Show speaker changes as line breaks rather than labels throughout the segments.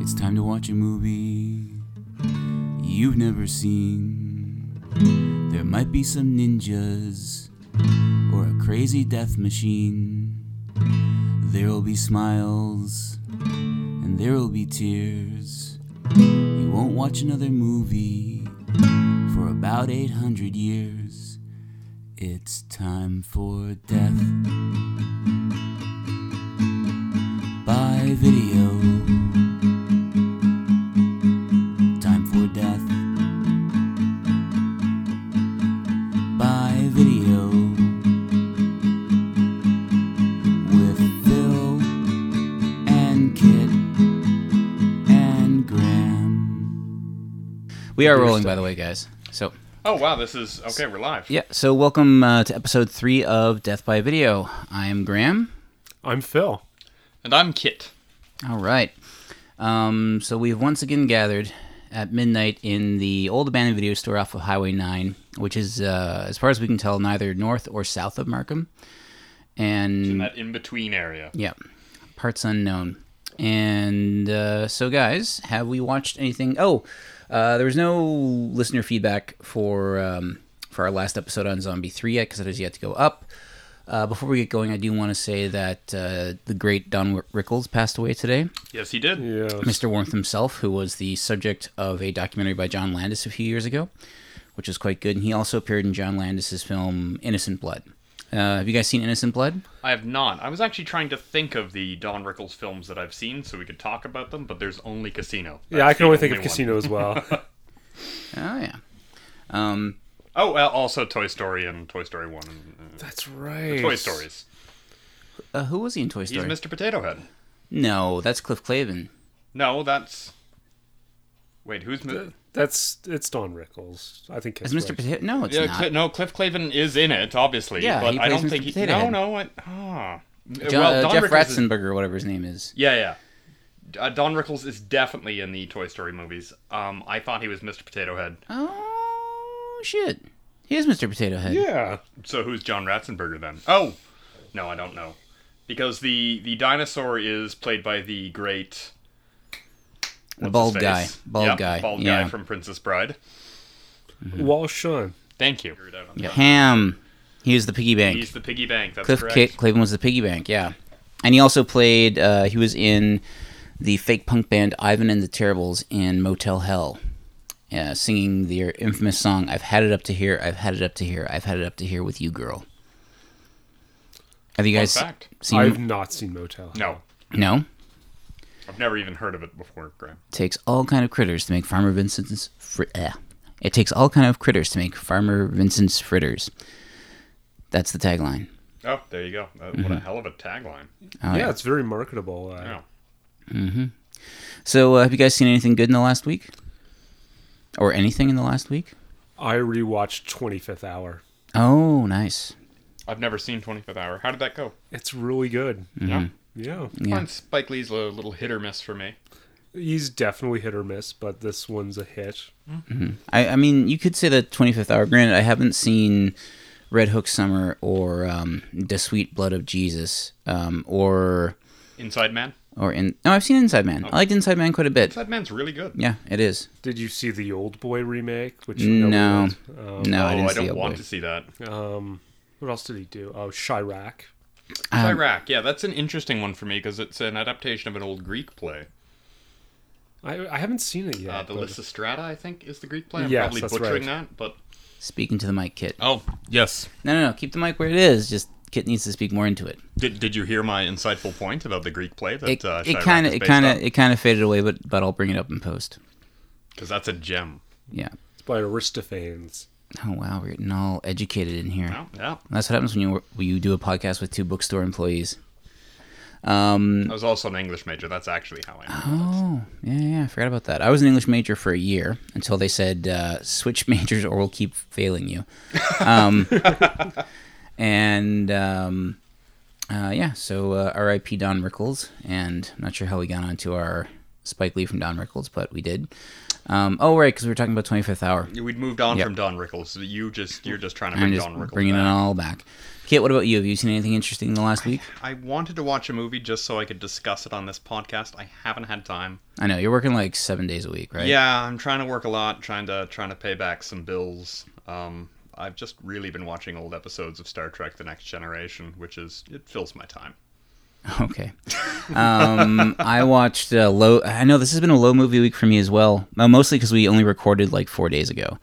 It's time to watch a movie you've never seen. There might be some ninjas or a crazy death machine. There'll be smiles and there'll be tears. You won't watch another movie for about 800 years. It's time for death by video. Time for death by video with Phil and Kit and Graham.
We are rolling, by the way, guys. So
Oh wow, this is okay. We're live.
yeah, so welcome uh, to episode three of Death by Video. I am Graham.
I'm Phil.
And I'm Kit.
All right. Um, so we've once again gathered at midnight in the old abandoned video store off of Highway 9, which is, uh, as far as we can tell, neither north or south of Markham,
In
and
that in between area.
yeah, parts unknown. And uh, so, guys, have we watched anything? Oh, uh, there was no listener feedback for um, for our last episode on Zombie Three yet because it has yet to go up. Uh, before we get going, I do want to say that uh, the great Don Rickles passed away today.
Yes, he did.
Yeah.
Mr. Warmth himself, who was the subject of a documentary by John Landis a few years ago, which was quite good. And he also appeared in John Landis's film Innocent Blood. Uh, have you guys seen Innocent Blood?
I have not. I was actually trying to think of the Don Rickles films that I've seen, so we could talk about them. But there's only Casino.
Yeah, I
That's
can
the
only think of
one.
Casino as well.
Oh yeah. Um,
Oh, well, also Toy Story and Toy Story One and uh,
That's right.
Toy Stories.
uh, who was he in Toy
He's
Story?
Mr. Potato Head.
no, that's Cliff Clavin.
No, that's. Wait, who's Mi-
That's it's Don Rickles. I think
Is
it's
Mr. Potato? No, it's
Yeah,
not.
Cl- no, Cliff Clavin is in it, obviously.
Yeah,
but
he
I
plays
don't
Mr.
think he.
Potato
No,
Head.
no, what? Ah.
Jo-
well,
uh,
Don
Jeff
Rickles is-
Ratzenberger, whatever his name is.
Yeah, yeah. Uh, Don Rickles is definitely in the Toy Story movies. Um, I thought he was Mr. Potato Head.
Oh shit! He is Mr. Potato Head.
Yeah.
So who's John Ratzenberger then? Oh, no, I don't know, because the the dinosaur is played by the great
the
what's
bald
his
guy.
face?
Bald
Yep,
guy.
bald
yeah.
guy from Princess Bride.
Mm-hmm.
Walsh Shun.
Thank you.
Ham. He was the piggy bank.
He's the piggy bank. That's
Cliff Ca
correct.
Clavin was the piggy bank, yeah. And he also played, uh, he was in the fake punk band Ivan and the Terribles in Motel Hell, uh, singing their infamous song, I've Had It Up to Here, I've Had It Up to Here, I've Had It Up to Here with You Girl. Have you
Fun
guys
fact.
seen
I've not seen Motel.
No,
No?
I've never even heard of it before, Graham.
takes all kind of critters to make Farmer Vincent's fri- eh. It takes all kind of critters to make Farmer Vincent's fritters. That's the tagline.
Oh, there you go. Uh,
Mm-hmm.
What a hell of a tagline.
Oh,
yeah, it's very marketable. Uh,
Yeah.
So, uh, have you guys seen anything good in the last week? Or anything in the last week?
I rewatched 25th Hour.
Oh, nice.
I've never seen 25th Hour. How did that go?
It's really good.
Mm. Mm-hmm.
Yeah.
Yeah.
Yeah.
Find Spike Lee's a little hit or miss for me.
He's definitely hit or miss, but this one's a hit.
I, I mean, you could say that 25th Hour. Granted, I haven't seen Red Hook Summer or um, The Sweet Blood of Jesus um, or
Inside Man.
or in. No, I've seen Inside Man. I liked Inside Man quite a bit.
Inside Man's really good.
Yeah, it is.
Did you see the Old Boy remake? Which
No,
Um,
no, I
oh,
didn't
I
see
don't
Old
want
Boy.
to see that.
um, what else did he do? Oh, Chirac.
Um,
Chirac. Yeah, that's an interesting one for me because it's an adaptation of an old Greek play.
I, I haven't seen it yet.
Uh, the
but-
Lysistrata, I think, is the Greek play. I'm
Yes,
probably
that's
butchering
right.
that, but
Speaking to the mic, Kit.
oh yes.
No, no, no. Keep the mic where it is. Just Kit needs to speak more into it.
Did, did you hear my insightful point about the Greek play that
It
uh,
it kind of it kind of it kind of faded away, but but I'll bring it up in post.
because that's a gem.
Yeah.
It's by Aristophanes.
Oh wow, we're getting all educated in here.
Yeah, Oh, yeah.
That's what happens when you when you do a podcast with two bookstore employees. Um.
I was also an English major. That's actually how I. Know.
Oh, yeah, yeah. I forgot about that. I was an English major for a year until they said uh, switch majors or we'll keep failing you. Um, and um, uh, yeah, so uh, R.I.P. Don Rickles, and I'm not sure how we got onto our Spike Lee from Don Rickles, but we did. Um, oh right, because we were talking about 25th Hour.
We'd moved on
Yep.
from Don Rickles. You just you're just trying to
I'm
bring
just
Don Rickles.
bringing it
back.
all back. Kit, what about you? Have you seen anything interesting in the last week?
I wanted to watch a movie just so I could discuss it on this podcast. I haven't had time.
I know you're working like seven days a week, right?
Yeah, I'm trying to work a lot, trying to trying to pay back some bills. Um, I've just really been watching old episodes of Star Trek: The Next Generation, which is it fills my time.
Okay. Um, I watched uh, low. I know this has been a low movie week for me as well. Uh, mostly because we only recorded like four days ago.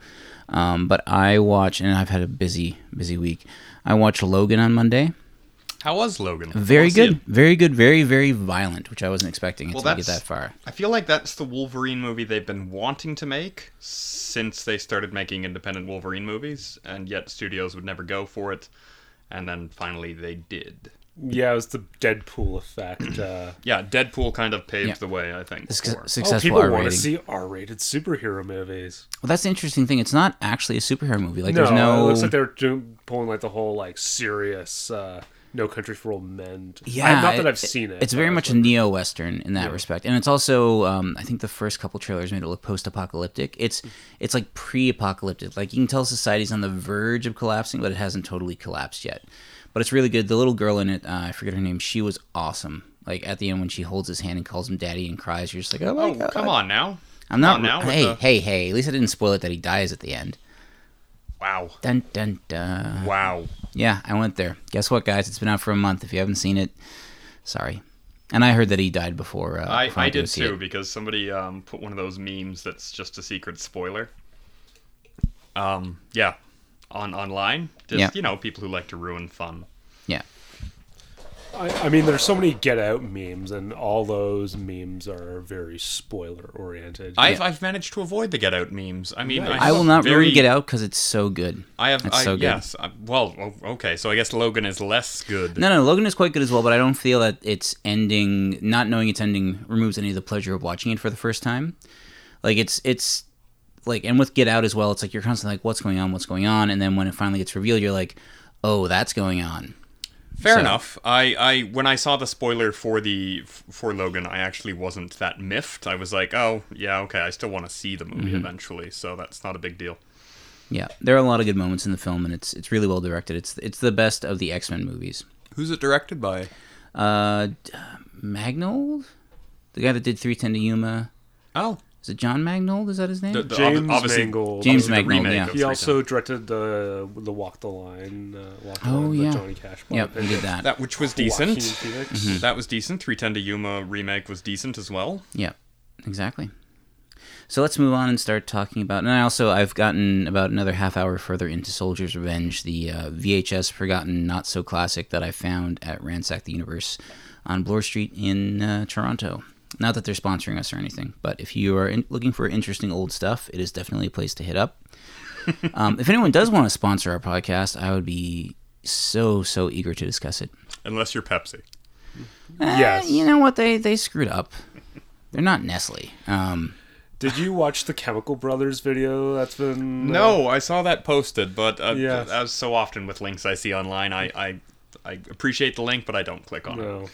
Um, but I watched, and I've had a busy, busy week. I watched Logan on Monday.
How was Logan?
Very
Wanna see
good,
it.
very good, very very violent, which I wasn't expecting it
Well,
to get
that's-
that far.
I feel like that's the Wolverine movie they've been wanting to make since they started making independent Wolverine movies, and yet studios would never go for it. And then finally they did.
Yeah, it was the Deadpool effect. Uh,
Yeah, Deadpool kind of paved
Yeah.
the way, I think.
This
for it.
oh,
successful
people
R
want to
rating.
see R-rated superhero movies.
well, that's the interesting thing. It's not actually a superhero movie. Like
No,
there's no.
it looks like they're doing, pulling like the whole like serious uh, No Country for Old Men.
yeah,
I, not
it-
that I've seen it.
It's
but
very
I was
much a
like,
neo western in that respect, and it's also um, I think the first couple trailers made it look post apocalyptic. It's
Mm-hmm.
it's like pre apocalyptic. Like you can tell society's on the verge of collapsing, but it hasn't totally collapsed yet. But it's really good. The little girl in it, uh, I forget her name. She was awesome. Like at the end when she holds his hand and calls him daddy and cries, you're just like, oh my
Oh,
god.
come on now.
I'm not.
Come on now with
hey,
the-
hey, hey! At least I didn't spoil it that he dies at the end.
Wow.
Dun dun dun.
Wow.
Yeah, I went there. Guess what, guys? It's been out for a month. If you haven't seen it, sorry. And I heard that he died before. Uh,
I,
before
I
went to go
did
see
too
it.
because somebody um, put one of those memes that's just a secret spoiler. Um, yeah, on online, just
Yeah.
you know, people who like to ruin fun.
Yeah.
I, I mean, there's so many Get Out memes, and all those memes are very spoiler oriented.
I've, I've managed to avoid the Get Out memes. I mean,
Nice.
I will
have
not
very,
really get out because it's so good.
I have,
It's
I,
so good.
yes. I- well, o- okay. So I guess Logan is less good.
No, no, Logan is quite good as well, but I don't feel that it's ending. Not knowing it's ending removes any of the pleasure of watching it for the first time. Like it's it's like, and with Get Out as well, it's like you're constantly like, what's going on, what's going on, and then when it finally gets revealed, you're like, oh, that's going on.
Fair
so-
enough. I, I when I saw the spoiler for the for Logan, I actually wasn't that miffed. I was like, oh yeah, okay. I still want to see the movie
Mm-hmm.
eventually, so that's not a big deal.
Yeah, there are a lot of good moments in the film, and it's it's really well directed. It's it's the best of the X Men movies.
Who's it directed by?
Uh, d- Magnold, the guy that did Three Ten to Yuma,
Oh,
is it John Magnold? Is that his name?
The- the-
James
obviously-
Mangold.
James
obviously the
Mangold,
remake
yeah.
of
He
Three
also
Ten.
directed the the Walk the Line, uh, Walk the
Oh,
Line, the
yeah.
Johnny Cash. biopic.
yep, he did that. Mm-hmm.
that which was
Joaquin
decent.
Phoenix.
That was decent. 310 to Yuma remake was decent as well.
Yeah, exactly. So let's move on and start talking about. And I also I've gotten about another half hour further into Soldier's Revenge, the uh, VHS forgotten not so classic that I found at Ransack the Universe on Bloor Street in uh, Toronto. Not that they're sponsoring us or anything, but if you are in- looking for interesting old stuff, it is definitely a place to hit up. um, if anyone does want to sponsor our podcast, I would be so so eager to discuss it.
Unless you're Pepsi.
Eh,
Yes.
you know what they they screwed up. They're not Nestle. Um,
Did you watch the Chemical Brothers video? That's been uh,
No, I saw that posted, but uh,
Yes.
as so often with links I see online, I, I I appreciate the link, but I don't click on it.
no.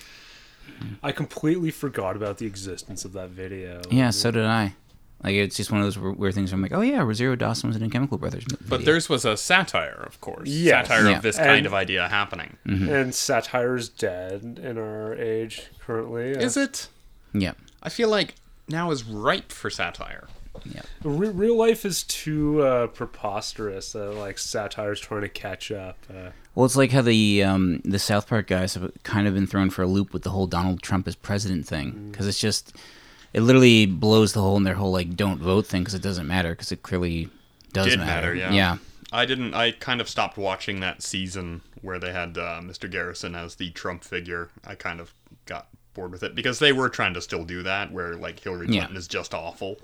I completely forgot about the existence of that video.
Yeah, so did I. Like it's just one of those weir- weird things. Where I'm like, oh yeah, Rosario Dawson was in a Chemical Brothers. Movie.
But theirs was a satire, of course.
Yes.
Satire
Yeah.
of this kind
And-
of idea happening.
And satire's dead in our age currently.
Is it?
yeah,
I feel like now is ripe for satire.
yeah,
Re- real life is too uh, preposterous that like satire's trying to catch up. Uh,
well, it's like how the um, the South Park guys have kind of been thrown for a loop with the whole Donald Trump as president
Mm.
thing because it's just it literally blows the hole in their whole like don't vote thing because it doesn't matter because it clearly does
Did matter, yeah.
yeah,
I didn't. I kind of stopped watching that season where they had uh, Mr. Garrison as the Trump figure. I kind of got bored with it because they were trying to still do that, where like Hillary
Yeah.
Clinton is just awful.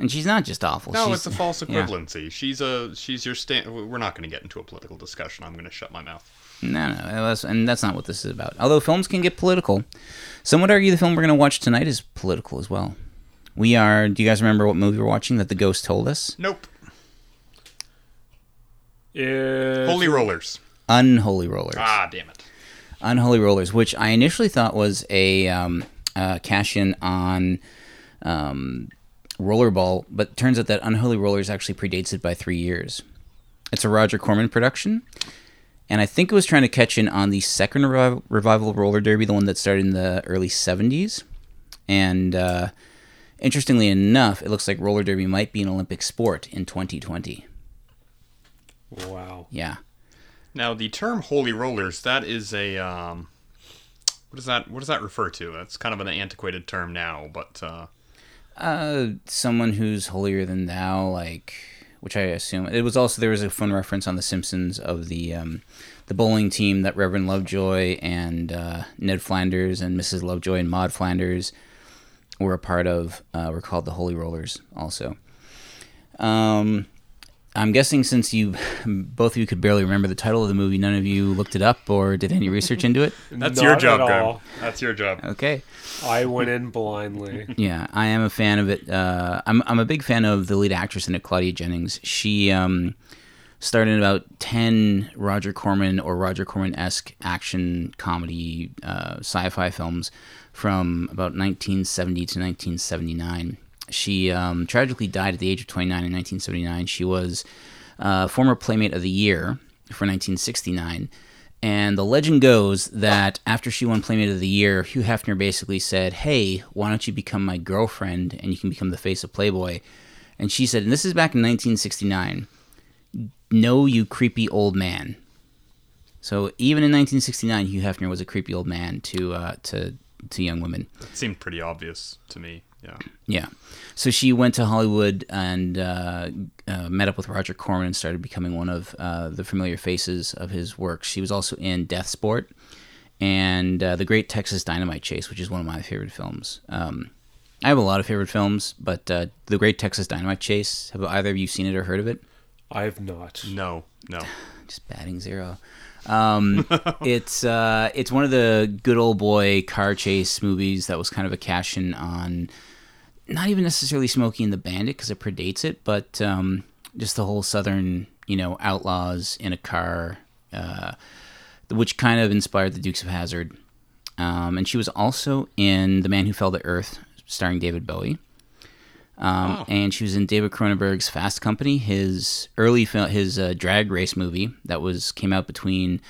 and she's not just awful.
No,
she's,
it's a false
yeah.
equivalency. She's a she's your stand. We're not going to get into a political discussion. I'm going to shut my mouth.
No, no, that's, and that's not what this is about. Although films can get political, some would argue the film we're going to watch tonight is political as well. We are. Do you guys remember what movie we're watching that the ghost told us?
Nope.
if-
Holy rollers.
Unholy Rollers.
Ah, damn it.
Unholy Rollers, which I initially thought was a um, uh, cash in on um, Rollerball, but turns out that Unholy Rollers actually predates it by three years. It's a Roger Corman production, and I think it was trying to catch in on the second revi- revival of roller derby, the one that started in the early 70s. And uh, interestingly enough, it looks like roller derby might be an Olympic sport in 2020.
Wow.
Yeah.
Now the term "holy rollers" that is a um, what does that what does that refer to? That's kind of an antiquated term now, but uh,
Uh, someone who's holier than thou, like, which I assume it was also there was a fun reference on The Simpsons of the um, the bowling team that Reverend Lovejoy and uh, Ned Flanders and Mrs. Lovejoy and Maud Flanders were a part of. Uh, were called the Holy Rollers, also. Um, I'm guessing since you both of you could barely remember the title of the movie, none of you looked it up or did any research into it.
that's your
Not
job,
at
Graham.
all.
That's your job.
Okay.
I went in blindly.
Yeah, I am a fan of it. Uh, I'm I'm a big fan of the lead actress in it, Claudia Jennings. She um, starred in about ten Roger Corman or Roger Corman esque action comedy uh, sci fi films from about 1970 to 1979. She um, tragically died at the age of 29 in 1979. She was uh, former Playmate of the Year for 1969. And the legend goes that after she won Playmate of the Year, Hugh Hefner basically said, Hey, why don't you become my girlfriend and you can become the face of Playboy? And she said, and this is back in 1969, No, you creepy old man. So even in 1969, Hugh Hefner was a creepy old man to, uh, to, to young women.
It seemed pretty obvious to me. Yeah.
Yeah. So she went to Hollywood and uh, uh, met up with Roger Corman and started becoming one of uh, the familiar faces of his work. She was also in Death Sport and uh, The Great Texas Dynamite Chase, which is one of my favorite films. Um, I have a lot of favorite films, but uh, The Great Texas Dynamite Chase, have either of you seen it or heard of it?
I have not.
No. No.
just batting zero. Um, it's uh, it's one of the good old boy car chase movies that was kind of a cash in on not even necessarily Smokey and the Bandit because it predates it, but um, just the whole southern you know outlaws in a car, uh, which kind of inspired the Dukes of Hazard. Um, and she was also in The Man Who Fell to Earth, starring David Bowie. Um, And she was in David Cronenberg's Fast Company, his early film, his uh, drag race movie that was came out between,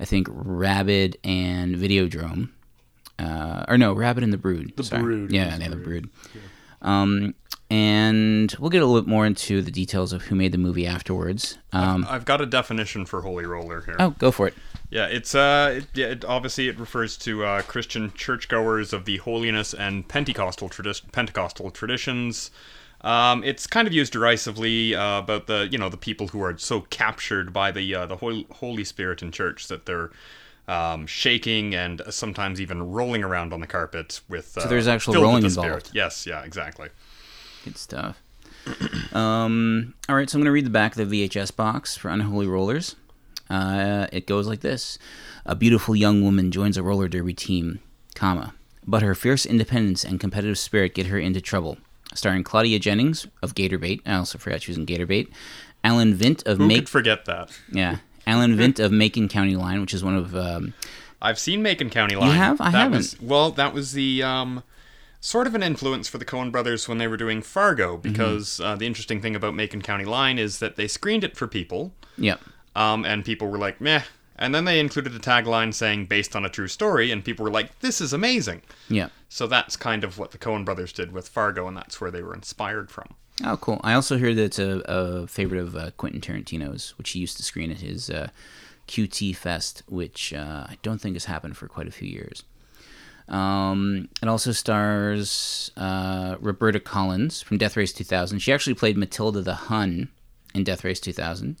I think, Rabid and Videodrome, uh, or no, Rabid and the Brood. The
Brood
yeah,
was
yeah, the Brood. Um, and we'll get a little bit more into the details of who made the movie afterwards. Um,
I've got a definition for holy roller here.
oh, go for it.
Yeah, it's uh, it, yeah, it, obviously it refers to uh, Christian churchgoers of the holiness and Pentecostal tradi- Pentecostal traditions. Um, it's kind of used derisively uh, about the you know the people who are so captured by the uh, the hol- Holy Spirit in church that they're um, shaking and sometimes even rolling around on the carpet with. Uh, so
there's actual rolling involved.
Yes, yeah, exactly.
Good stuff. um, all right, so I'm going to read the back of the VHS box for Unholy Rollers. Uh, it goes like this: A beautiful young woman joins a roller derby team, comma, but her fierce independence and competitive spirit get her into trouble. Starring Claudia Jennings of Gatorbait. I also forgot she was in Gatorbait. Alan Vint of
Who
Make.
could forget that?
yeah, Alan Vint of Macon County Line, which is one of um,
I've seen Macon County Line.
have? I
that
haven't.
Was, well, that was the um, sort of an influence for the Coen Brothers when they were doing
Mm-hmm.
Fargo, because uh, the interesting thing about Macon County Line is that they screened it for people,
yeah.
um, and people were like, "Meh," and then they included a tagline saying "Based on a true story," and people were like, "This is amazing."
Yeah.
So that's kind of what the Coen Brothers did with Fargo, and that's where they were inspired from.
Oh, cool. I also hear that it's a, a favorite of uh, Quentin Tarantino's, which he used to screen at his uh, QT Fest, which uh, I don't think has happened for quite a few years. Um, it also stars uh, Roberta Collins from Death Race 2000. She actually played Matilda the Hun in Death Race 2000,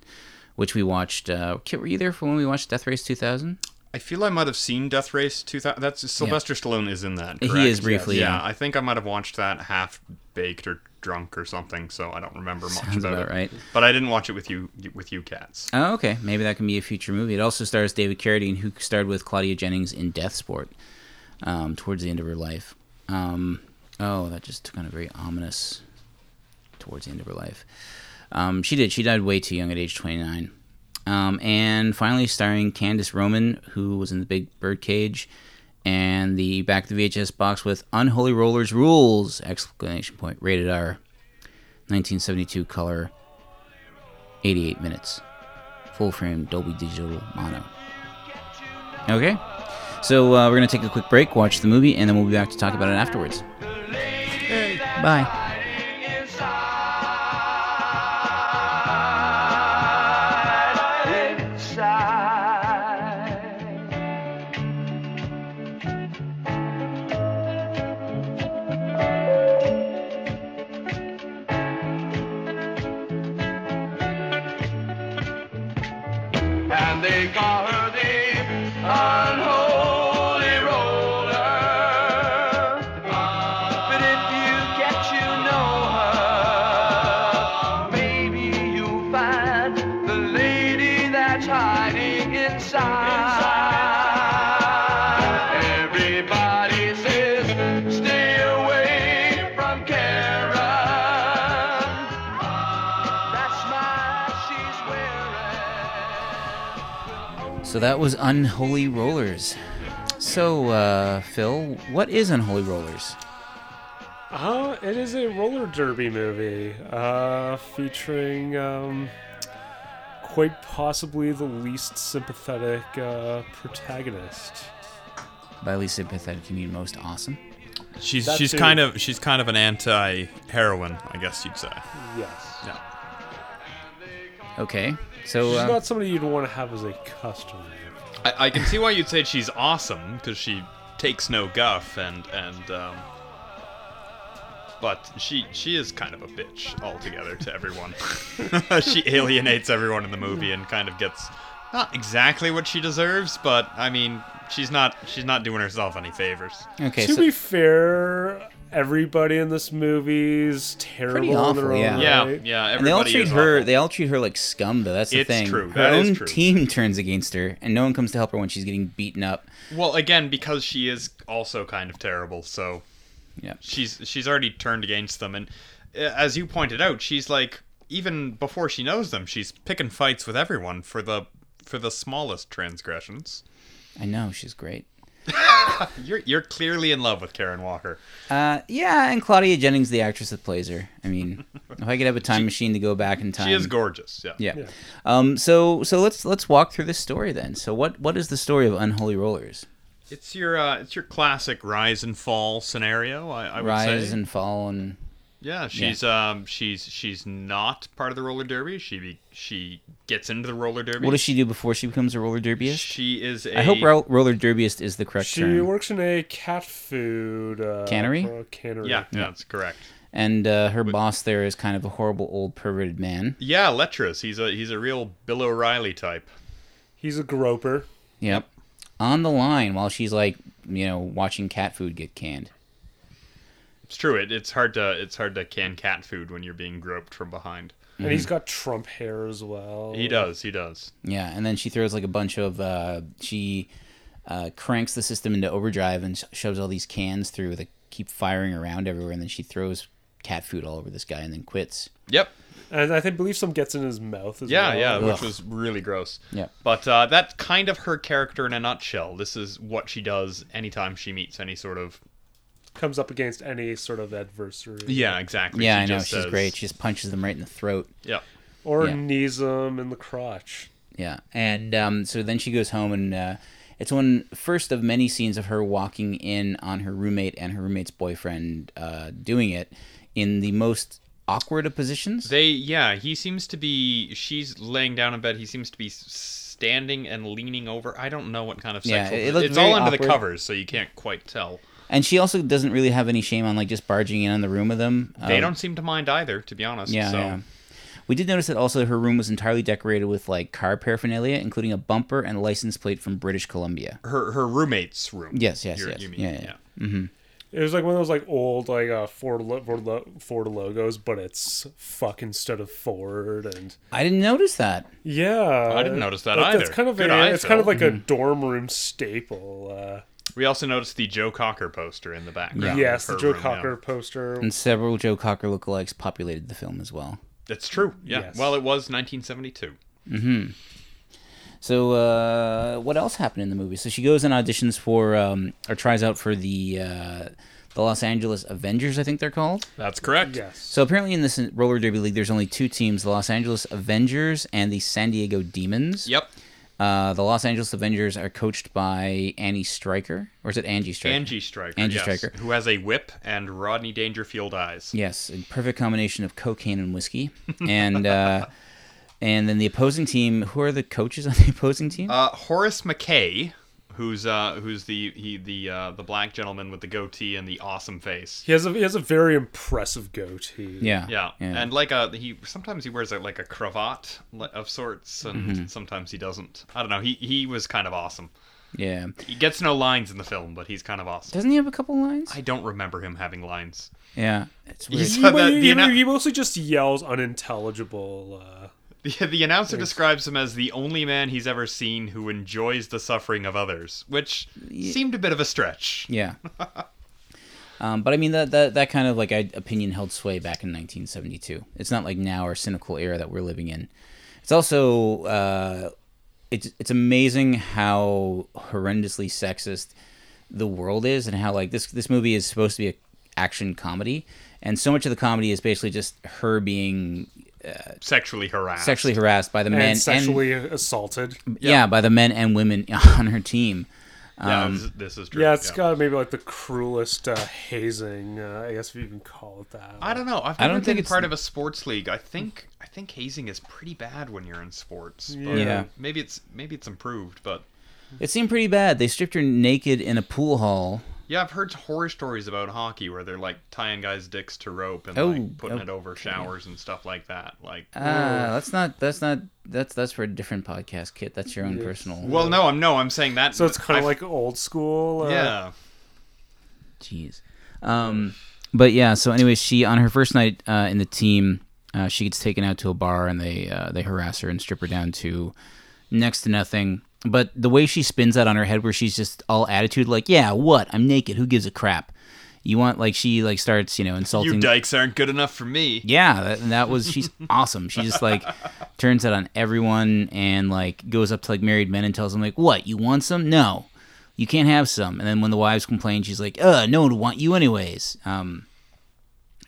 which we watched. Uh, Kit, were you there for when we watched Death Race 2000?
I feel I might have seen Death Race 2000. That's Sylvester Stallone is in that.
He
correct?
is briefly,
Yeah,
yeah.
I think I might have watched that half baked or drunk or something, so I don't remember much
Sounds
about,
about
it.
right.
But I didn't watch it with you with you cats.
Oh, okay. Maybe that can be a future movie. It also stars David Carradine, who starred with Claudia Jennings in Death Sport um, towards the end of her life. Um, oh, that just took on a very ominous towards the end of her life. Um, she did. She died way too young at age 29. Um, and finally, starring Candace Roman, who was in The Big Birdcage, and the back of the VHS box with Unholy Rollers Rules! Exclamation point. Rated R. 1972 color, 88 minutes, full frame Dolby Digital mono. Okay, so uh, we're gonna take a quick break, watch the movie, and then we'll be back to talk about it afterwards. Bye.
and they call her the unholy roller. But if you get to know her, maybe you'll find the lady that's hiding inside. Everybody says, stay away from Karen. That's my she's wearing.
So that was Unholy Rollers. So, uh, Phil, what is Unholy Rollers?
Uh, it is a roller derby movie uh, featuring um, quite possibly the least sympathetic uh, protagonist.
By least sympathetic, you mean most awesome.
She's
That
she's
too.
kind of she's kind of an anti heroine, I guess you'd say.
Yes.
Yeah.
Okay, so
She's
uh,
not somebody you'd want to have as a customer.
I, I can see why you'd say she's awesome because she takes no guff and and um, but she she is kind of a bitch altogether to everyone. she alienates everyone in the movie and kind of gets not exactly what she deserves, but I mean she's not she's not doing herself any favors.
okay,
to
so
be fair, everybody in this movie's terrible
Pretty
in their
awful,
own
yeah.
Yeah,
right.
yeah. Everybody
and they all treat
is
her.
awful.
They all treat her like scum, though. That's the
It's
thing.
true.
Her
That is
own
true.
team turns against her, and no one comes to help her when she's getting beaten up.
Well, again, because she is also kind of terrible, so
Yeah.
she's she's already turned against them, and uh, as you pointed out, she's like even before she knows them, she's picking fights with everyone for the for the smallest transgressions.
I know she's great.
You're you're clearly in love with Karen Walker.
Uh, yeah, and Claudia Jennings, the actress that plays her. I mean, if I could have a time machine to go back in time,
She is gorgeous. Yeah.
Yeah. Um. So so let's let's walk through this story then. So what what is the story of Unholy Rollers?
It's your uh, it's your classic rise and fall scenario. I, I would
Rise
say.
and fall and
Yeah, she's um she's she's not part of the roller derby. She be, she gets into the roller derby.
what does she do before she becomes a roller derbyist?
She is a
I hope ro- roller derbyist is the correct
She
term.
works in a cat food uh,
Cannery?
pro- Cannery.
yeah, yeah, that's correct.
and uh, her boss there is kind of a horrible old perverted man.
Yeah, Letrus. He's a he's a real Bill O'Reilly type.
He's a groper.
Yep. On the line while she's like, you know, watching cat food get canned.
It's true. It, it's hard to it's hard to can cat food when you're being groped from behind.
And he's got Trump hair as well.
Oh.
Mm-hmm. He does. He does.
Yeah, and then she throws like a bunch of uh, she uh, cranks the system into overdrive and sh- shoves all these cans through that keep firing around everywhere, and then she throws cat food all over this guy and then quits.
Yep.
And I think believe some gets in his mouth as
Yeah,
well.
yeah, which
Ugh.
was really gross.
Yep.
But uh, that's kind of her character in a nutshell. This is what she does anytime she meets any sort of.
Comes up against any sort of adversary.
Yeah, exactly.
yeah,
She
I know
just
she's
says-
great. She just punches them right in the throat.
Yeah.
Or
Yeah.
knees him in the crotch.
Yeah, and um, so then she goes home, and uh, it's one first of many scenes of her walking in on her roommate and her roommate's boyfriend uh, doing it in the most awkward of positions.
They yeah, he seems to be she's laying down in bed. He seems to be s- standing and leaning over. I don't know what kind of
Yeah,
sexual.
it looked
it's all
very
under the
awkward.
covers, so you can't quite tell.
and she also doesn't really have any shame on like just barging in on the room of them.
They
Um,
don't seem to mind either, to be honest.
Yeah,
so.
yeah. We did notice that also her room was entirely decorated with like car paraphernalia, including a bumper and a license plate from British Columbia.
her her roommate's room.
Yes, yes,
You're-
yes.
You mean,
Yeah,
yeah,
yeah.
It was like one of those like old like uh, Ford lo- Ford, lo- Ford logos, but it's fuck instead of Ford, and
I didn't notice that.
yeah,
I didn't notice that
That's
either.
kind of
Good
a,
eye,
it's kind of
Phil.
like a dorm room staple. Uh,
We also noticed the Joe Cocker poster in the background.
yes,
of
the
her
Joe
room, yeah.
Cocker poster.
And several Joe Cocker lookalikes populated the film as well.
That's true. Yeah.
Yes.
Well, it was 1972.
So uh, what else happened in the movie? So she goes and auditions for um, or tries out for the uh, the Los Angeles Avengers, I think they're called.
That's correct.
Yes.
So apparently, in this roller derby league, there's only two teams: the Los Angeles Avengers and the San Diego Demons.
Yep.
Uh, the Los Angeles Avengers are coached by Annie Stryker, or is it Angie Stryker?
Angie Striker.
Angie
yes,
Stryker.
Who has a whip and Rodney Dangerfield eyes.
Yes, a perfect combination of cocaine and whiskey, and uh, and then the opposing team. Who are the coaches on the opposing team?
Uh, Horace McKay, who's uh, who's the he the uh, the black gentleman with the goatee and the awesome face.
He has a he has a very impressive goatee.
yeah,
Yeah,
yeah.
and like a he sometimes he wears a, like a cravat li- of sorts, and
Mm-hmm.
sometimes he doesn't. I don't know. He he was kind of awesome.
yeah.
He gets no lines in the film, but he's kind of awesome.
Doesn't he have a couple lines?
I don't remember him having lines.
yeah, it's weird.
He,
So the-
he-
the annou-
he mostly just yells unintelligible. Uh,
The, the announcer describes him as the only man he's ever seen who enjoys the suffering of others, which seemed a bit of a stretch.
Yeah. Um, but I mean that, that that kind of like I, opinion held sway back in 1972. It's not like now our cynical era that we're living in. It's also uh, it's it's amazing how horrendously sexist the world is, and how like this this movie is supposed to be a action comedy, and so much of the comedy is basically just her being
Sexually harassed.
sexually harassed by the
and,
men
sexually assaulted.
yeah. by the men and women on her team.
Yeah,
um,
this, this is true.
Yeah, it's got maybe like the cruelest uh, hazing. Uh, I guess if you can call it that.
I don't know. I've
I
never
don't think
been
it's-
part of a sports league. I think I think hazing is pretty bad when you're in sports. But
Yeah.
Maybe it's maybe it's improved, but
It seemed pretty bad. They stripped her naked in a pool hall.
yeah, I've heard horror stories about hockey where they're like tying guys' dicks to rope and
Oh,
like putting it
okay.
over showers and stuff like that. Like,
Ah, that's not that's not that's that's for a different podcast, Kit. That's your own personal.
well, no, I'm no, I'm saying that.
So it's kind of
I've-
like old school. Uh,
yeah,
Jeez. Um, but yeah. So anyway, she on her first night uh, in the team, uh, she gets taken out to a bar and they uh, they harass her and strip her down to next to nothing. But the way she spins that on her head, where she's just all attitude, like, "Yeah, what? I'm naked. Who gives a crap?" You want like she like starts you know
you
insulting.
dykes aren't good enough for me.
yeah that, and that was she's awesome she just like turns out on everyone and like goes up to like married men and tells them like what you want some no you can't have some and then when the wives complain she's like uh no one would want you anyways um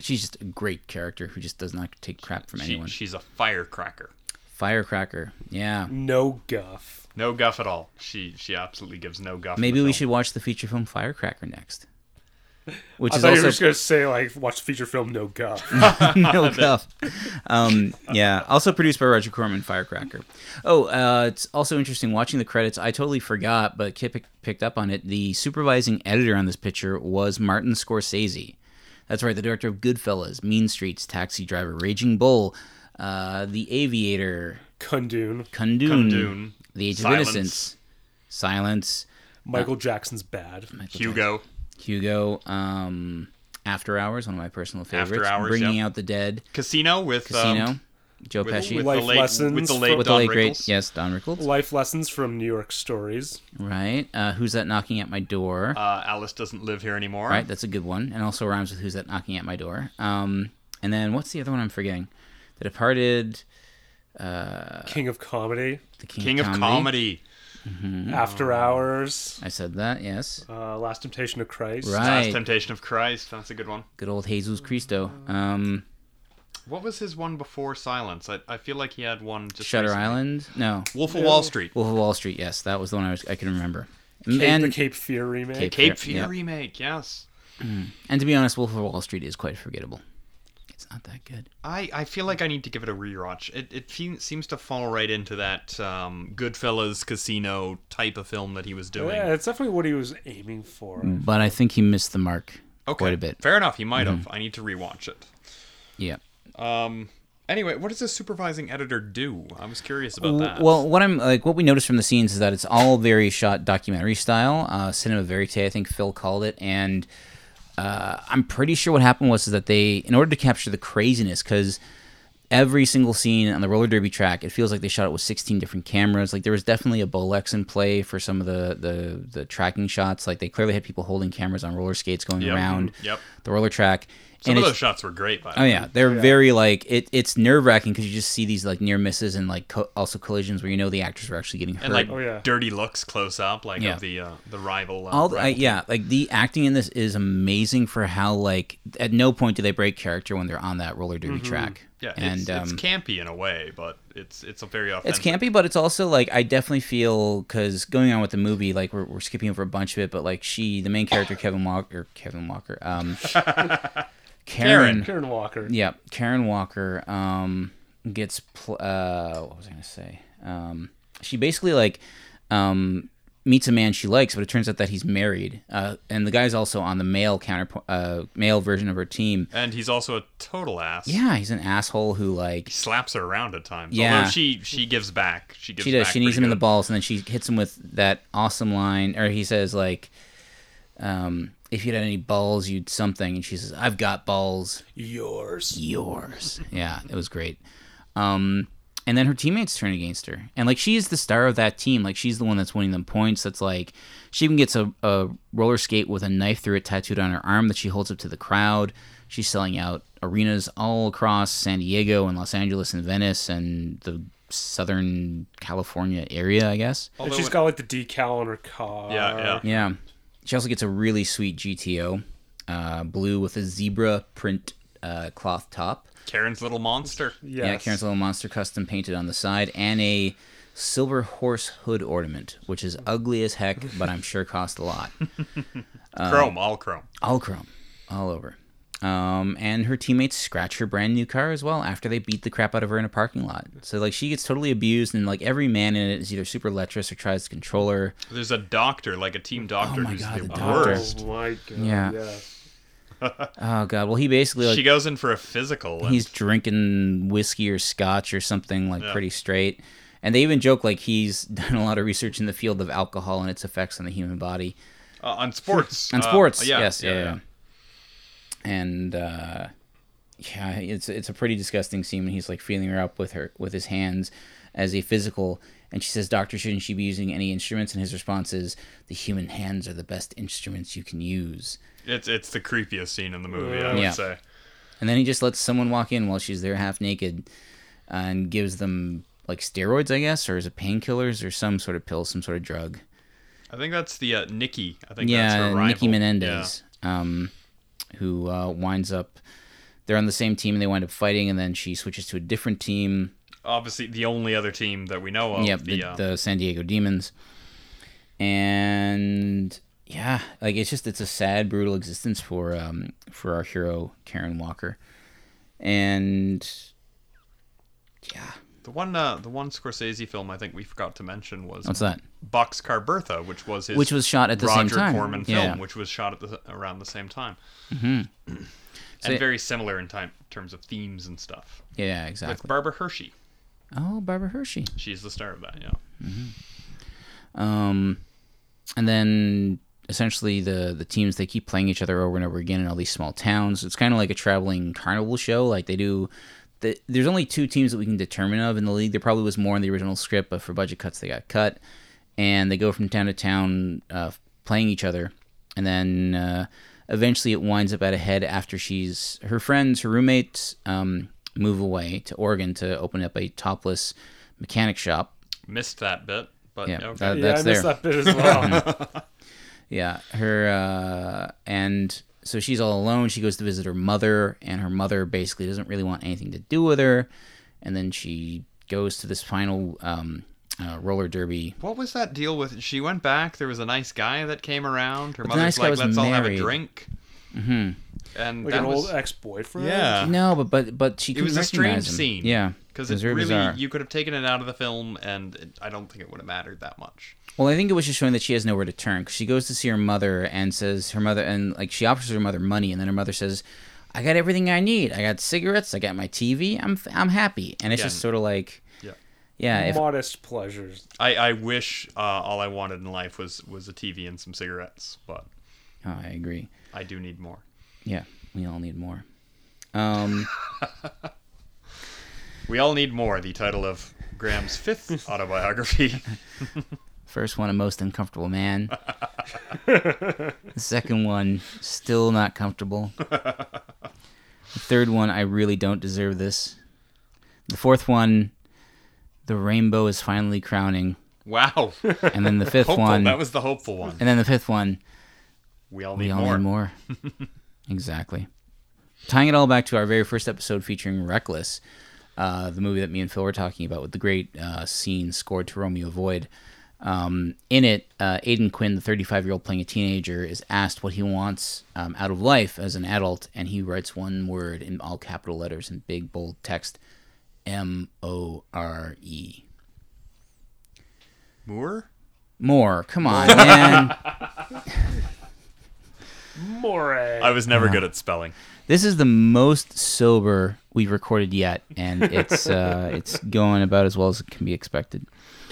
she's just a great character who just does not take crap from
She,
anyone
she's a firecracker.
firecracker yeah
No guff.
No guff at all. She she absolutely gives no guff. in
maybe
the
we
film.
should watch the feature film firecracker next which
I
is
thought you
also
were just gonna say like watch feature film. No guff.
no cuff. Um, yeah. Also produced by Roger Corman, Firecracker. Oh, uh, it's also interesting watching the credits. I totally forgot, but Kip pick- picked up on it. The supervising editor on this picture was Martin Scorsese. That's right, the director of Goodfellas, Mean Streets, Taxi Driver, Raging Bull, uh, The Aviator,
Kundun.
Kundun,
Kundun,
The Age
Silence.
of Innocence, Silence,
Michael Jackson's bad.
Hugo.
Hugo, um, After Hours, one of my personal
After
favorites,
Hours,
Bringing
yep.
Out the Dead,
Casino with
Casino,
Um,
Joe
with,
Pesci.
with
Life
the late, with
lessons
the late
from-
with
Don
the late
Rickles.
great, yes, Don Rickles.
Life lessons from New York stories.
Right. Uh, who's that knocking at my door?
Uh, Alice doesn't live here anymore.
right. That's a good one, and also rhymes with who's that knocking at my door. Um, and then what's the other one I'm forgetting? The Departed, Uh,
King of comedy.
The King,
King
of,
of
comedy.
comedy.
After hours.
I said that. Yes.
Uh, Last Temptation of Christ.
Last
Right.
Temptation of Christ. That's a good one.
Good old Jesus Cristo. Um,
What was his one before Silence? I, I feel like he had one just
Shutter
recently.
Island. No.
Wolf of Wall Street.
Wolf of Wall Street. Yes, that was the one I was. I can remember.
Cape, the
and
Cape Fear remake.
Cape-
Cape
Yep.
Fear
Yep.
remake. Yes.
and to be honest, Wolf of Wall Street is quite forgettable. It's not that good.
I, I feel like I need to give it a rewatch. It it fe- seems to fall right into that um, Goodfellas Casino type of film that he was doing.
Yeah, that's definitely what he was aiming for.
But I think he missed the mark
okay.
quite a bit. Mm-hmm.
Fair enough. He might have. I need to rewatch it.
Yeah.
Anyway, what does a supervising editor do? I was curious about that.
Well, what I'm like, what we noticed from the scenes is that it's all very shot documentary style, uh, cinema verite. I think Phil called it, and uh, I'm pretty sure what happened was is that they, in order to capture the craziness, because every single scene on the roller derby track, it feels like they shot it with 16 different cameras. Like there was definitely a Bolex in play for some of the the, the tracking shots. Like they clearly had people holding cameras on roller skates going
Yep,
around
yep.
the roller track.
Some
and
of
it's-
those shots were great, by the
Oh
way.
yeah, they're very like it. It's nerve wracking because you just see these like near misses and like co- also collisions where you know the actors were actually getting hurt.
And like
Oh, yeah.
dirty looks close up, like
Yeah.
of the uh, the rival. Uh,
all the, I,
rival.
yeah, like the acting in this is amazing for how like at no point do they break character when they're on that roller derby track.
yeah,
and
it's, it's
um,
campy in a way, but it's it's a very
it's
authentic.
campy, but it's also like I definitely feel because going on with the movie, like we're, we're skipping over a bunch of it, but like she, the main character, Kevin Walker, Kevin Walker, um, Karen,
Karen Walker.
yeah, Karen Walker um, gets pl- uh, what was I gonna say? Um, she basically like um, meets a man she likes, but it turns out that he's married, uh, and the guy's also on the male counter uh, male version of her team.
And he's also a total ass.
Yeah, he's an asshole who like
He slaps her around at times.
Yeah.
Although she she gives back. She gives
she does.
back
She knees
pretty
him in the
good.
balls, and then she hits him with that awesome line, or he says like. Um, if you had any balls, you'd something. And she says, "I've got balls."
Yours.
yours. Yeah, it was great. Um, and then her teammates turn against her, and like she is the star of that team. Like she's the one that's winning them points. That's like she even gets a, a roller skate with a knife through it tattooed on her arm that she holds up to the crowd. She's selling out arenas all across San Diego and Los Angeles and Venice and the Southern California area, I guess.
And
Although
she's
when-
got like the decal on her car.
Yeah, yeah.
Yeah. She also gets a really sweet GTO, uh, blue with a zebra print uh, cloth top.
Karen's little monster.
Yes.
Yeah, Karen's Little Monster custom painted on the side and a silver horse hood ornament, which is ugly as heck, but I'm sure cost a lot. Uh,
chrome, all chrome.
All chrome, all over. Um, and her teammates scratch her brand new car as well after they beat the crap out of her in a parking lot. So like she gets totally abused, and like every man in it is either super lecherous or tries to control her.
There's a doctor, like a team doctor,
Oh my
who's
God,
the
the doctor.
worst.
Oh my god.
Yeah.
yeah.
Oh god, well he basically like
She goes in for a physical. uh, And
he's drinking whiskey or scotch or something like
Yeah.
pretty straight. And they even joke like he's done a lot of research in the field of alcohol and its effects on the human body.
uh, on sports.
on
uh,
sports.
yeah,
yes, yeah, yeah. And uh, yeah, it's it's a pretty disgusting scene when he's like feeling her up with her with his hands as a physical, and she says, "Doctor, shouldn't she be using any instruments?" And his response is, "The human hands are the best instruments you can use."
It's it's the creepiest scene in the movie. I would
Uh, Yeah.
say.
And then he just lets someone walk in while she's there half naked, and gives them like steroids, I guess, or is it painkillers or some sort of pill, some sort of drug.
I think that's the uh, Nikki. I think that's her
yeah,
rival.
Nicky Menendez, um, who uh, winds up. They're on the same team and they wind up fighting, and then she switches to a different team.
Yeah. Obviously, the only other team that we know of.
yep, the,
the, uh,
the San Diego Demons. And yeah, like it's just it's a sad, brutal existence for um, for our hero Karen Walker, and yeah,
the one uh, the one Scorsese film I think we forgot to mention was
what's that?
Boxcar Bertha, which was his
Which was shot at the same
Roger
time.
Corman film,
Yeah. Mm-hmm.
which was shot at the, around the same time,
So-
and very similar in time terms of themes and stuff.
Yeah,
With
exactly.
Barbara Hershey,
Oh, Barbara Hershey.
she's the star of that. Yeah,
Um, and then essentially the the teams they keep playing each other over and over again in all these small towns. It's kind of like a traveling carnival show. Like they do. The, there's only two teams that we can determine of in the league. There probably was more in the original script, but for budget cuts they got cut. And they go from town to town uh, playing each other, and then uh, eventually it winds up at a head after she's her friends, her roommates um, move away to Oregon to open up a topless mechanic shop.
missed that bit, but
Yeah,
yeah, okay.
that-
Yeah,
that's
I
there.
missed that bit as well.
Yeah, her uh, and so she's all alone. She goes to visit her mother, and her mother basically doesn't really want anything to do with her. And then she goes to this final um, uh, roller derby.
What was that deal with? She went back. There was a nice guy that came around. Her
But the
mother's
nice guy
like,
was
"Let's all have a
married.
drink." Mm-hmm. And
like
that
an
was
old ex-boyfriend.
yeah,
No, but but but she
Uh, it was
couldn't
a strange
recognize him.
scene.
Yeah,
because
it
it
was very
really
bizarre.
you could have taken it out of the film, and it, I don't think it would have mattered that much.
Well, I think it was just showing that she has nowhere to turn. 'cause she goes to see her mother and says her mother and like she offers her mother money, and then her mother says, "I got everything I need. I got cigarettes. I got my TV. I'm I'm happy." And it's
Yeah.
just sort of like,
Yeah.
yeah, if
Modest pleasures.
I, I wish uh, all I wanted in life was was a TV and some cigarettes, but
oh, I agree.
I do need more.
Yeah, we all need more. Um,
We all need more. The title of Graham's fifth autobiography.
First one, a most uncomfortable man. the second one, still not comfortable. The third one, I really don't deserve this. The fourth one, the rainbow is finally crowning.
Wow, hopeful.
And then the fifth one,
That was the hopeful one.
and then the fifth one,
We all need
we all
more.
need more. exactly. Tying it all back to our very first episode featuring Reckless, uh, the movie that me and Phil were talking about with the great uh, scene scored to Romeo Void. Um, in it, uh, Aiden Quinn, the 35 year old playing a teenager, is asked what he wants um, out of life as an adult, and he writes one word in all capital letters in big bold text M O R E.
Moore?
More. Come on, man.
Moray.
I was never good at spelling.
This is the most sober we've recorded yet, and it's uh, it's going about as well as it can be expected.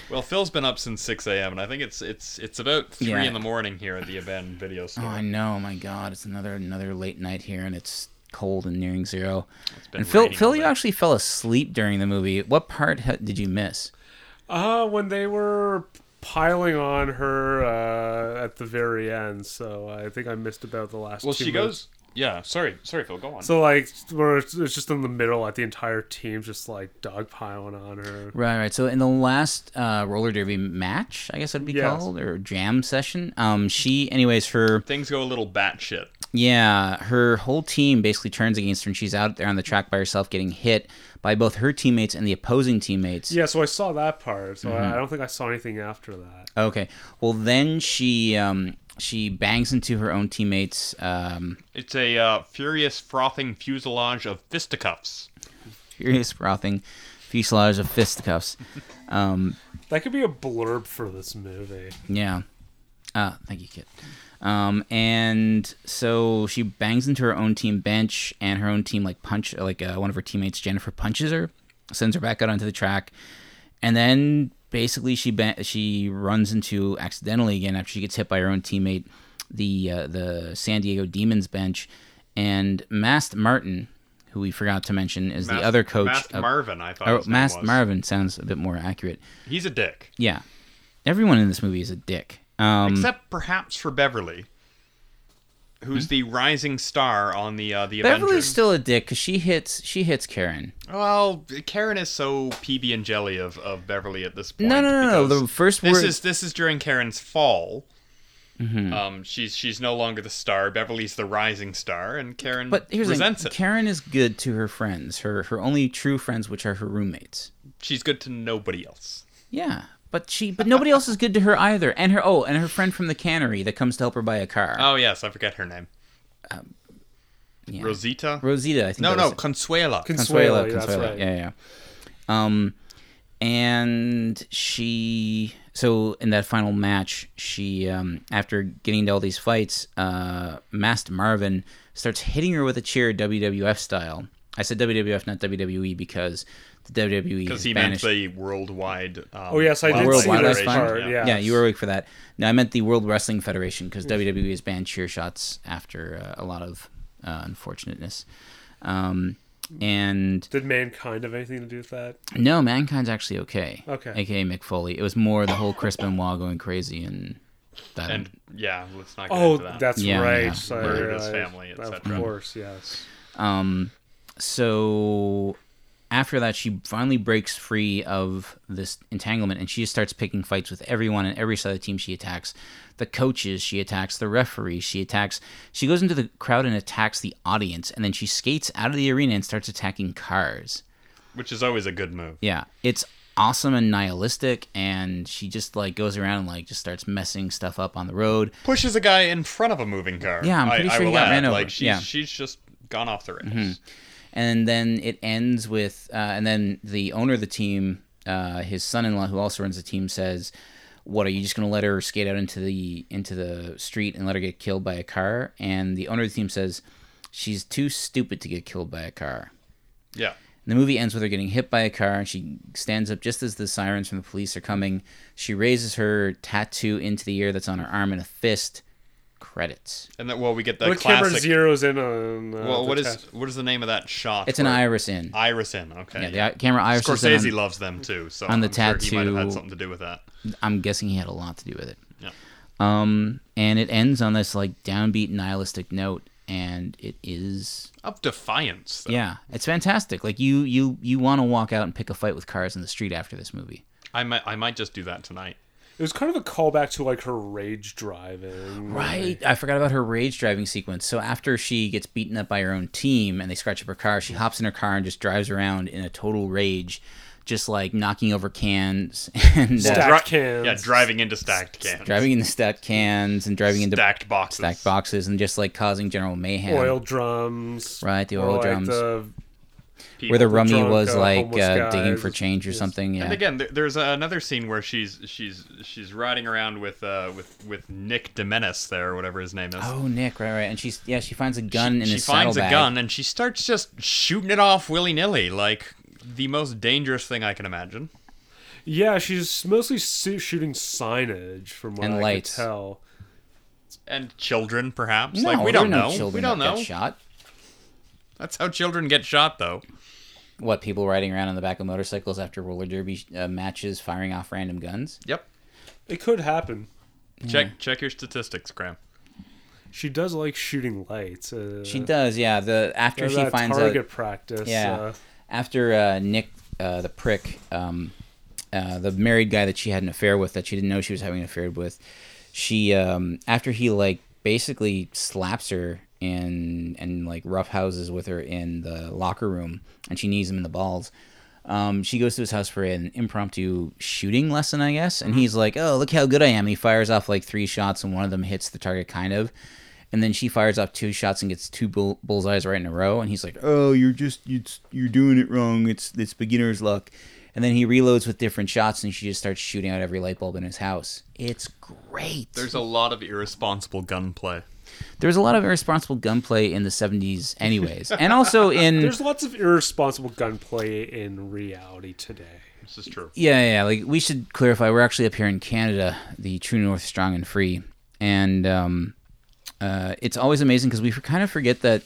Well, Phil's been up since 6 a.m. and I think it's it's it's about three
Yeah.
in the morning here at the abandoned video
Oh,
store.
I know, my God, it's another another late night here, and it's cold and nearing zero.
been
And Phil,
raining all
Phil, you
night.
actually fell asleep during the movie. What part ha- did you miss?
Uh, when they were piling on her uh, at the very end, so I think I missed about the last.
well,
two
she
minutes.
goes. Yeah, sorry, sorry, Phil. Go on.
So like, where it's it's just in the middle, like the entire team's just like dogpiling on her.
Right, right. So in the last uh, roller derby match, I guess it'd be
Yes.
called or jam session. Um, she, anyways, her
Things go a little batshit.
Yeah, her whole team basically turns against her, and she's out there on the track by herself, getting hit by both her teammates and the opposing teammates.
Yeah, so I saw that part. So
Mm-hmm.
I, I don't think I saw anything after that.
Okay. Well, then she um, she bangs into her own teammates. Um,
It's a uh, furious, frothing fuselage of fisticuffs.
furious frothing fuselage of fisticuffs. Um,
That could be a blurb for this movie.
yeah. Ah, thank you, Kit. Um, and so she bangs into her own team bench, and her own team like punch like uh, one of her teammates Jennifer punches her, sends her back out onto the track, and then basically she ba- she runs into accidentally again after she gets hit by her own teammate, the uh, the San Diego Demons bench, and Mast Martin, who we forgot to mention is
Mast-
the other coach.
Mast
of- Oh,
Marvin, I thought.
or
his name
Mast
was.
Marvin sounds a bit more accurate.
He's a dick,
Yeah, everyone in this movie is a dick. Um,
except perhaps for Beverly, who's the rising star on the uh, the
Hmm? Beverly's
Avengers.
still a dick because she hits she hits Karen.
Well, Karen is so PB and jelly of, of Beverly at this point.
No, no, no, no.
because
The first
this
word.
is this is during Karen's fall.
Mm-hmm.
Um, she's she's no longer the star. Beverly's the rising star, and Karen
but here's the
resents
thing.
it.
Karen is good to her friends, her her only true friends, which are her roommates.
she's good to nobody else.
Yeah, but she but nobody else is good to her either. And her oh, and her friend from the cannery that comes to help her buy a car.
Oh yes, I forget her name.
Um, yeah.
Rosita.
Rosita, I think.
no,
that
no,
was-
Consuela.
Consuelo,
yeah,
Consuelo, yeah, yeah. Um, and she, so in that final match, she, um, after getting into all these fights, uh, Masked Marvin starts hitting her with a chair WWF style. I said WWF, not WWE, because the WWE
Because
has
he meant
banished.
the worldwide. Um,
Oh, yes, I did
Wildlife
see
World
that
Wildlife
Federation,
part.
yeah.
Yeah.
yeah, you were awake for that. No, I meant the World Wrestling Federation because WWE E has banned cheer shots after uh, a lot of uh, unfortunateness. Um, and
Did mankind have anything to do with that?
No, mankind's actually okay.
Okay.
AKA Mick Foley. It was more the whole Chris Benoit going crazy and that.
And yeah, let's not get
Oh,
into that.
that's
Yeah,
right.
yeah.
So I
Murdered his
realized-
family,
Of
etc.
course, yes.
um, so after that, she finally breaks free of this entanglement and she just starts picking fights with everyone and every side of the team she attacks. The coaches, she attacks the referee, she attacks. She goes into the crowd and attacks the audience, and then she skates out of the arena and starts attacking cars.
which is always a good move.
Yeah, it's awesome and nihilistic, and she just like goes around and like just starts messing stuff up on the road.
Pushes a guy in front of a moving car.
Yeah, I'm
I-
pretty
I
sure he
will
got
add,
ran over.
Like she's
Yeah. Mm-hmm.
she's just gone off the rails.
And then it ends with, uh, and then the owner of the team, uh, his son-in-law, who also runs the team, says, "What are you just gonna let her skate out into the into the street and let her get killed by a car?" And the owner of the team says, "She's too stupid to get killed by a car."
Yeah.
And the movie ends with her getting hit by a car, and she stands up just as the sirens from the police are coming. She raises her tattoo into the air that's on her arm in a fist, credits.
And that well, we get the
But Cameron
classic.
zeroes in on. Uh,
well,
the
what is
test.
what is the name of that shot?
It's an
where-
iris in.
Iris in. Okay.
Yeah, the i- camera iris is in
Scorsese
on-
loves them too, so
on the
I'm sure he might
tattoo.
have had something to do with that.
I'm guessing he had a lot to do with it.
Yeah.
Um, and it ends on this like downbeat nihilistic note, and it is
Of defiance. Though.
yeah, it's fantastic. Like you you you want to walk out and pick a fight with cars in the street after this movie.
I might I might just do that tonight.
It was kind of a callback to like her rage driving.
Right. I forgot about her rage driving sequence. So after she gets beaten up by her own team and they scratch up her car, she hops in her car and just drives around in a total rage, just like knocking over cans and uh,
Stacked
Dri-
cans.
Yeah, driving into stacked cans.
driving in the stacked cans and driving into
stacked boxes.
stacked boxes and just like causing general mayhem.
Oil drums.
Right, the
or,
oil
like,
drums.
the-
People.
where the rummy
drunk,
was
uh,
like
homeless
uh, digging
guys.
for change or something. Yeah.
And again, there, there's another scene where she's she's she's riding around with uh with with Nick Domenis there, or whatever his name is.
oh, Nick, right, right, and she's yeah, she finds a gun in
she
his
finds
saddlebag.
a gun and she starts just shooting it off willy nilly, like the most dangerous thing I can imagine.
Yeah, she's mostly su- shooting signage from what
And
I
lights.
could tell.
And children, perhaps.
No,
like we
there
don't
are no
know.
Children
we don't
that
know.
Got shot.
That's how children get shot, though.
What people riding around on the back of motorcycles after roller derby uh, matches, firing off random guns.
Yep.
It could happen.
Check check your statistics, Graham.
She does like shooting lights. Uh,
She does, yeah. The after
there's
she
that
finds
target
out,
practice.
yeah,
uh,
after uh, Nick, uh, the prick, um, uh, the married guy that she had an affair with, that she didn't know she was having an affair with, she um, after he like basically slaps her and and like roughhouses with her in the locker room, and she knees him in the balls. Um, she goes to his house for an impromptu shooting lesson, I guess, and he's like, "Oh, look how good I am!" And he fires off like three shots, and one of them hits the target, kind of. And then she fires off two shots and gets two bull- bullseyes right in a row. And he's like, "Oh, you're just you you're doing it wrong. It's it's beginner's luck." And then he reloads with different shots, and she just starts shooting out every light bulb in his house. It's great.
There's a lot of irresponsible gunplay.
There was a lot of irresponsible gunplay in the 70s, anyways, and also in
there's lots of irresponsible gunplay in reality today.
This is true.
Yeah, yeah. yeah, Like we should clarify, we're actually up here in Canada, the True North, strong and free, and um, uh, it's always amazing because we kind of forget that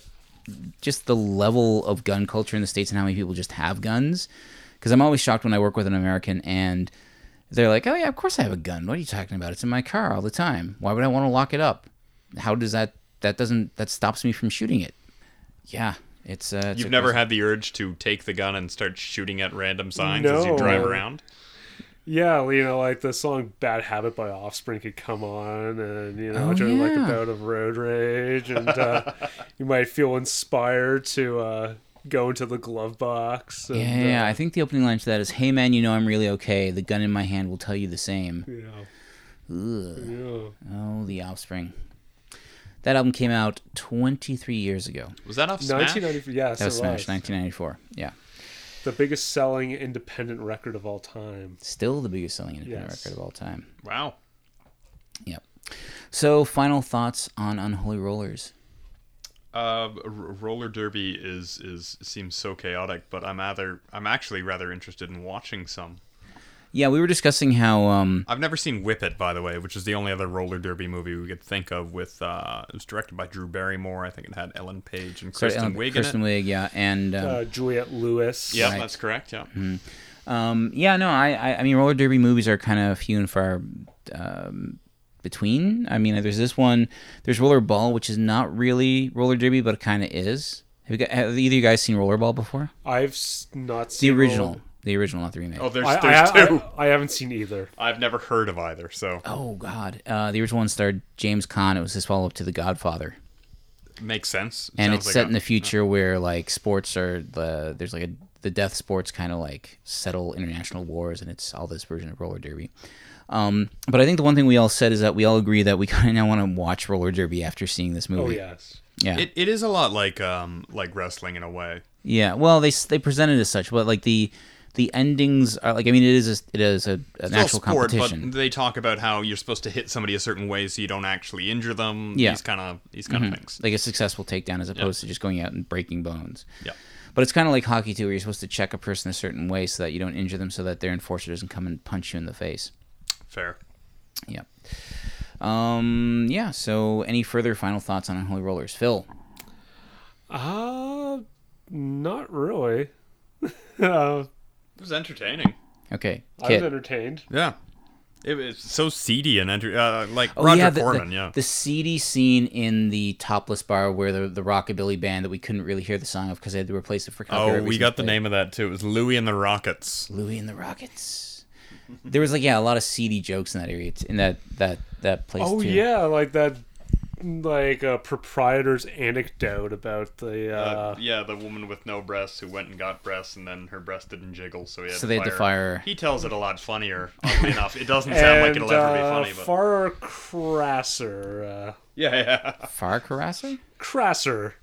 just the level of gun culture in the states and how many people just have guns. Because I'm always shocked when I work with an American and they're like, "Oh yeah, of course I have a gun. What are you talking about? It's in my car all the time. Why would I want to lock it up? How does that? That doesn't. That stops me from shooting it. Yeah." It's, uh, it's
You've
a
never
crazy-
had the urge to take the gun and start shooting at random signs as you
No.
drive around?
Yeah, you know, like the song "Bad Habit" by Offspring could come on, and you know,
Oh,
during like
yeah.
a bout of road rage, and uh, you might feel inspired to uh, go into the glove box. And,
Yeah, yeah,
uh,
yeah. I think the opening line to that is, "Hey man, you know I'm really okay. The gun in my hand will tell you the same."
uh, you know,
Ugh.
you
Oh, the Offspring. That album came out 23 years ago.
Was that off
know.
Smash?
1994. Yes,
That was
it
Smash,
was.
1994. Yeah,
the biggest selling independent record of all time.
still the biggest selling independent
Yes.
record of all time.
Wow.
Yep. So, final thoughts on Unholy Rollers.
Uh, r- roller derby is is seems so chaotic, but I'm rather I'm actually rather interested in watching some.
Yeah, we were discussing how um,
I've never seen Whip It, by the way, which is the only other roller derby movie we could think of. With uh, it was directed by Drew Barrymore. I think it had Ellen Page and
sorry,
Kristen
Ellen-
Wiig in
Kristen
it.
Wiig, yeah, and um,
Uh, Juliet Lewis.
Yeah,
Right. Mm-hmm.
that's correct. Yeah,
Um, yeah, no, I, I, I mean, roller derby movies are kind of few and far um, between. I mean, there's this one, there's Rollerball, which is not really roller derby, but it kind of is. Have, you got, have either of you guys seen Rollerball before?
I've s- not
The
seen
original, the original, not the remake.
Oh,
Oh,
there's
I,
there's
I,
two.
I, I haven't seen either.
I, have never heard of either. So
God, uh, the original one starred James Caan. It was his follow up to The Godfather,
makes sense.
and
Sounds
it's
like
set
a-
in the future where like sports are the there's like a the death sports kind of like settle international wars, and it's all this version of roller derby. Um, but I think the one thing we all said is that we all agree that we kind of now want to watch roller derby after seeing this
Oh
movie.
yes.
yeah,
It, it is a lot like um like wrestling in a way.
yeah. Well, they s- they presented it as such, but like the the endings are like I mean it is a, it is a, an
Still
actual
sport,
competition.
but they talk about how you're supposed to hit somebody a certain way so you don't actually injure them.
Yeah. Mm-hmm.
these kind of these kind of things.
like a successful takedown as opposed to just going out and breaking bones.
Yeah.
But it's kind of like hockey too, where you're supposed to check a person a certain way so that you don't injure them, so that their enforcer doesn't come and punch you in the face.
Fair.
Yep. Um, yeah. So, any further final thoughts on Unholy Rollers, Phil?
Uh, not really. uh,
It was entertaining.
Okay,
I was
Kit.
entertained.
Yeah. It was so seedy and enter- uh, like
Oh,
Roger
yeah, the,
Foreman.
the,
yeah.
the seedy scene in the topless bar where the, the rockabilly band that we couldn't really hear the song of because they had to replace it for
oh, we got the name of that too. It was Louie and the Rockets.
Louie and the Rockets. There was like yeah a lot of seedy jokes in that area t- in that that that place
Oh
too.
yeah, like that, like a proprietor's anecdote about the. Uh,
yeah, the woman with no breasts who went and got breasts and then her breast didn't jiggle, so he had
So they had to fire.
He tells it a lot funnier. Oddly enough, it doesn't sound like it'll ever be
uh,
funny, but
far crasser, uh,
yeah, yeah.
Far Crasser?
crasser,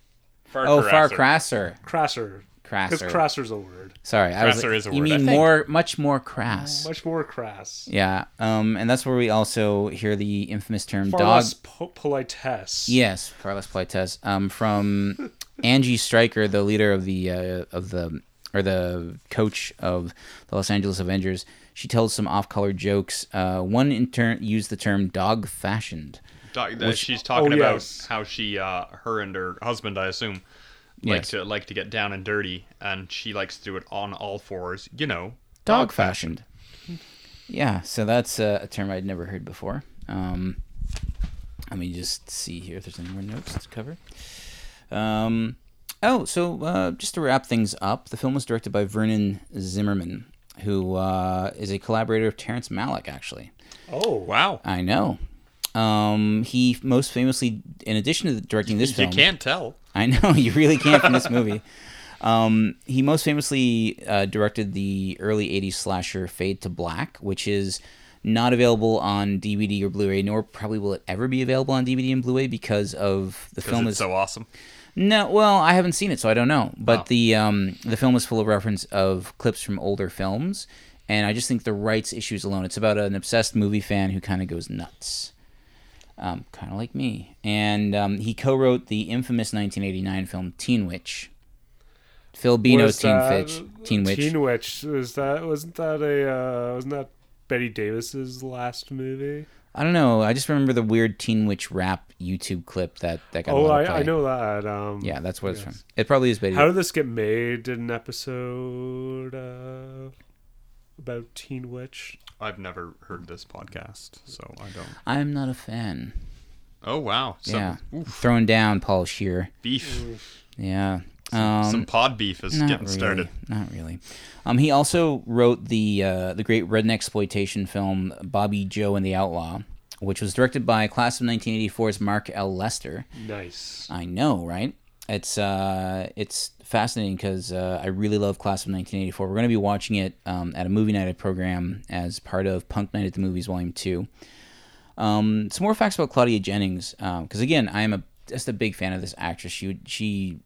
Far
Oh, Far
Crasser.
Crasser.
crasser, because
Crasser.
crasser's a word,
Sorry, I was.
Crasser is a
you
word, I
mean
think.
more, much more crass.
much more crass,
Yeah, um, and that's where we also hear the infamous term
far
dog.
less po- politesse.
Yes, far less politesse. Um, from Angie Stryker, the leader of the uh, of the or the coach of the Los Angeles Avengers, she tells some off-color jokes. Uh, one in turn used the term "dog fashioned."
Doc- that she's talking
oh,
about
yes.
how she, uh, her and her husband, I assume, like
Yes.
to like to get down and dirty, and she likes to do it on all fours. You know,
Dog fashioned. Yeah, so that's uh, a term I'd never heard before. Um, let me just see here if there's any more notes to cover. Um, oh, so uh, just to wrap things up, the film was directed by Vernon Zimmerman, who uh, is a collaborator of Terrence Malick, actually.
Oh wow.
wow.
I know. Um, he most famously, in addition to directing this
You
film,
can't tell.
I know you really can't from this movie. Um, he most famously uh, directed the early '80s slasher "Fade to Black," which is not available on DVD or Blu-ray, nor probably will it ever be available on DVD and Blu-ray because of the
Because
film
it's
is
so awesome.
no. Well, I haven't seen it, so I don't know.
Oh.
But the um, the film is full of reference of clips from older films, and I just think the rights issues alone. It's about an obsessed movie fan who kind of goes nuts um, kind of like me. And um, he co-wrote the infamous 1989 film Teen Witch. Phil Bino's Teen, Fitch, Teen Witch.
Teen Witch was that? Wasn't that a? Uh, wasn't that Betty Davis's last movie?
I don't know. I just remember the weird Teen Witch rap YouTube clip that that got. a
Oh,
lot of
I, I
play.
know that. Um,
Yeah, that's what it's from. It probably is Betty.
How did this get made? Did an episode uh, about Teen Witch?
I've never heard this podcast, so I don't.
I'm not a fan.
Oh wow, some
yeah, throwing down Paul Shear.
beef,
Yeah. Um,
some pod beef is
Not
getting
really.
started.
Not really. Um, he also wrote the uh, the great redneck exploitation film Bobby Joe and the Outlaw, which was directed by class of 1984's Mark L. Lester.
Nice.
I know, right? It's uh, it's fascinating because uh, I really love Class of 1984. We're going to be watching it um, at a movie night at program as part of Punk Night at the Movies Volume Two. Um, some more facts about Claudia Jennings, because again, I am a just a big fan of this actress. She she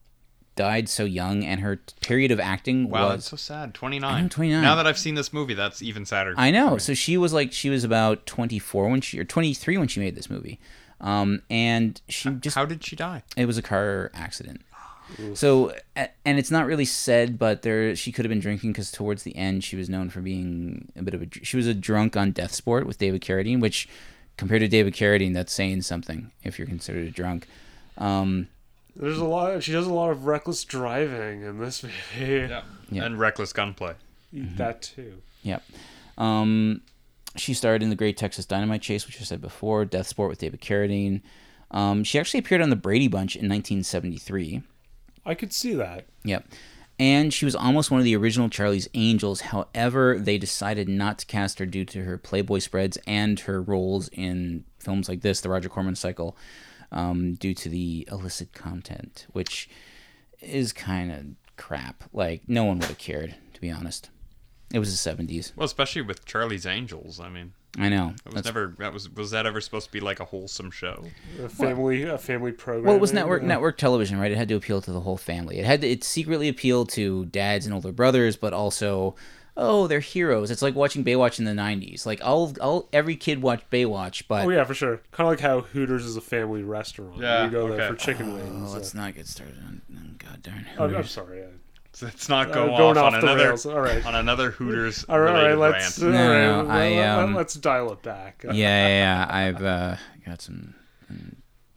died so young, and her t- period of acting
Wow,
was
that's so sad. Twenty
I know,
nine.
29.
Now that I've seen this movie, that's even sadder.
I know. So she was like she was about 24 when she or 23 when she made this movie. Um, and she just
How did she die?
It was a car accident. So, a- and it's not really said, but there she could have been drinking because towards the end she was known for being a bit of a. dr- She was a drunk on death sport with David Carradine, which compared to David Carradine, that's saying something if you're considered a drunk. Um,
There's a lot. She does a lot of reckless driving in this movie.
Yeah.
And reckless gunplay.
That too.
Yep. Um, she starred in the Great Texas Dynamite Chase, which I said before, Death Sport with David Carradine. Um, she actually appeared on the Brady Bunch in 1973.
I could see that.
Yep. And she was almost one of the original Charlie's Angels. However, they decided not to cast her due to her Playboy spreads and her roles in films like this, the Roger Corman cycle, um, due to the illicit content, which is kind of crap. Like, no one would have cared, to be honest. It was the 70s.
Well, especially with Charlie's Angels. I mean,
I know.
it was
That's-
never that was was that ever supposed to be like a wholesome show?
A family, a family program.
Well, it was network network television, right? It had to appeal to the whole family. It had to, it secretly appealed to dads and older brothers, but also, oh, they're heroes. It's like watching Baywatch in the '90s. Like all, all every kid watched Baywatch, but
Oh yeah, for sure. Kind of like how Hooters is a family restaurant.
Yeah,
you go there
okay.
for chicken wings. Uh,
let's not get started on. on God darn
Oh,
I'm, I'm
Hooters.
sorry. I
So let's not go
Uh,
off
going
on
off the
another
rails. All right.
on another Hooters
All right, all right,
related
let's
rant.
all
No,
right,
no, I,
let- let-
um,
let's dial it back.
Yeah, yeah, yeah. I've uh, got some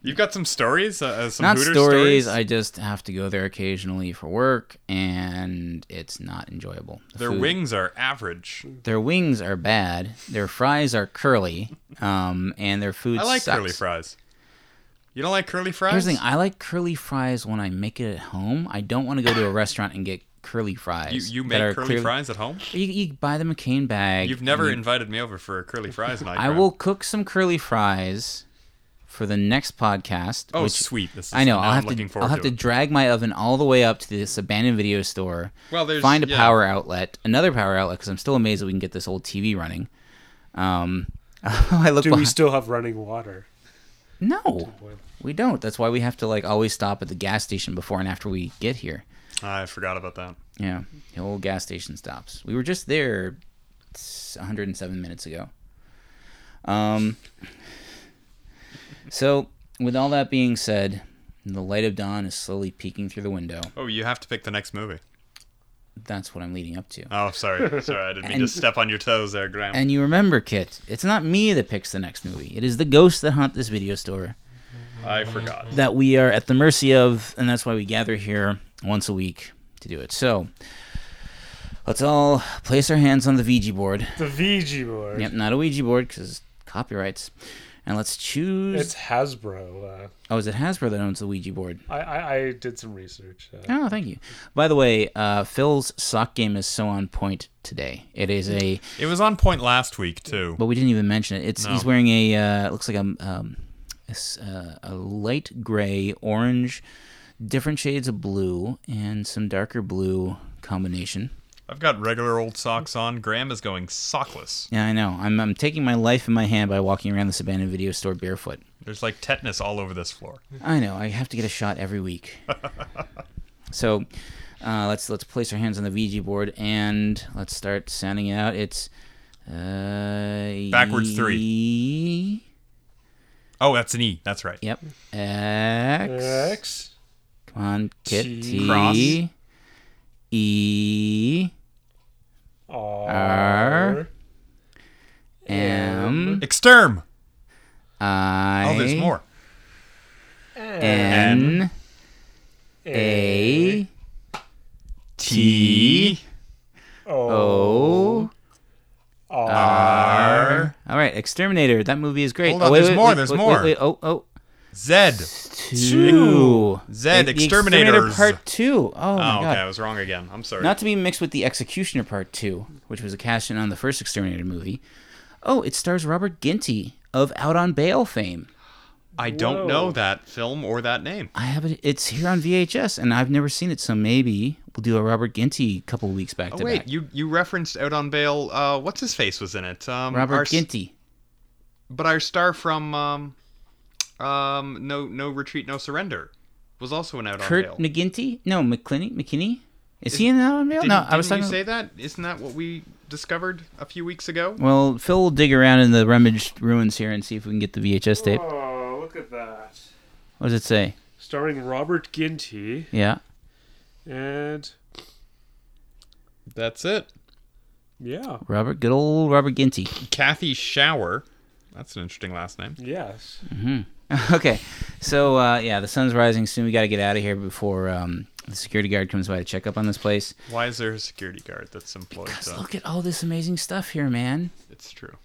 You've got some stories, uh, uh, some
not
Hooters
stories. I just have to go there occasionally for work, and it's not enjoyable. The
Their
food-
wings are average.
their wings are bad. Their fries are curly, um, and their food.
I like
sucks.
curly fries. You don't like curly fries?
Here's the thing: I like curly fries when I make it at home. I don't want to go to a restaurant and get curly
you,
fries.
you
that
make
are
curly
clearly-
fries at home?
You, you buy the McCain bag.
You've never
and you-
invited me over for a curly fries night.
I
Brad.
will cook some curly fries for the next podcast.
Oh,
which
sweet! This is,
I know.
now
I'll
I'm
have
looking
to.
forward
I'll have to,
it.
drag my oven all the way up to this abandoned video store.
Well, there's-
find a
yeah.
power outlet, another power outlet, because I'm still amazed that we can get this old TV running. Um, I look.
Do we
behind-
still have running water?
no, we don't. That's why we have to like always stop at the gas station before and after we get here.
I forgot about that.
Yeah, the old gas station stops. We were just there s- 107 minutes ago. Um, so, with all that being said, the light of dawn is slowly peeking through the window.
Oh, you have to pick the next movie.
That's what I'm leading up to.
Oh, sorry, sorry, I didn't mean to
And-
step on your toes there, Graham.
And you remember, Kit, it's not me that picks the next movie. It is the ghosts that haunt this video store
I forgot.
that we are at the mercy of, and that's why we gather here once a week to do it. So, let's all place our hands on the VG board.
The VG board.
Yep, not a Ouija board because copyrights. And let's choose.
It's Hasbro. Uh,
oh, is it Hasbro that owns the Ouija board?
I, I I did some research. Uh,
Oh, thank you. By the way, uh, Phil's sock game is so on point today. It is a,
It was on point last week too.
but we didn't even mention it. It's he's
No.
wearing a uh, it looks like a um, a, s- uh, a light gray, orange, different shades of blue, and some darker blue combination.
I've got regular old socks on. Graham is going sockless.
Yeah, I know. I'm I'm taking my life in my hand by walking around this abandoned video store barefoot.
There's like tetanus all over this floor.
I know. I have to get a shot every week. so uh, let's let's place our hands on the VG board and let's start sounding it out. It's uh,
Backwards three.
E-
Oh, that's an E. That's right.
Yep. X.
X.
Come on, Kit.
T.
T.
Cross.
E.
R.
M.
Exterm.
I.
Oh, there's more.
N. A. T. O.
R.
All right, Exterminator. That movie is great. Oh,
Hold on, there's more, there's
wait,
more.
wait, oh, oh.
Z.
Two.
Zed
The- the
Exterminators.
Part Two. Oh, my
Oh, okay,
God.
I was wrong again. I'm sorry.
Not to be mixed with the Executioner Part Two, which was a cash in on the first Exterminator movie. Oh, it stars Robert Ginty of Out on Bail fame.
I don't
Whoa.
know that film or that name.
I have it. It's here on VHS, and I've never seen it, so maybe we'll do a Robert Ginty couple weeks back
Oh
to
wait,
back.
you you referenced out on bail. Uh, what's his face was in it? Um,
Robert
our s-
Ginty.
but our star from um, um, no no retreat, no surrender, was also an out
Kurt
on bail.
McGinty? No, McClinney? McKinney? Is, he in Out on Bail?
Didn't,
no, I was
didn't
talking.
you say that? Isn't that what we discovered a few weeks ago?
Well, Phil will dig around in the rummaged ruins here and see if we can get the VHS tape.
Oh, look at that.
What does it say?
Starring Robert Ginty
Yeah.
and
That's it.
yeah,
Robert, good old Robert Ginty.
Kathy Shower. That's an interesting last name.
yes.
okay, so uh, yeah, the sun's rising soon. We got to get out of here before um, the security guard comes by to check up on this place.
Why is there a security guard that's employed?
Just
to-
look at all this amazing stuff here, man.
It's true.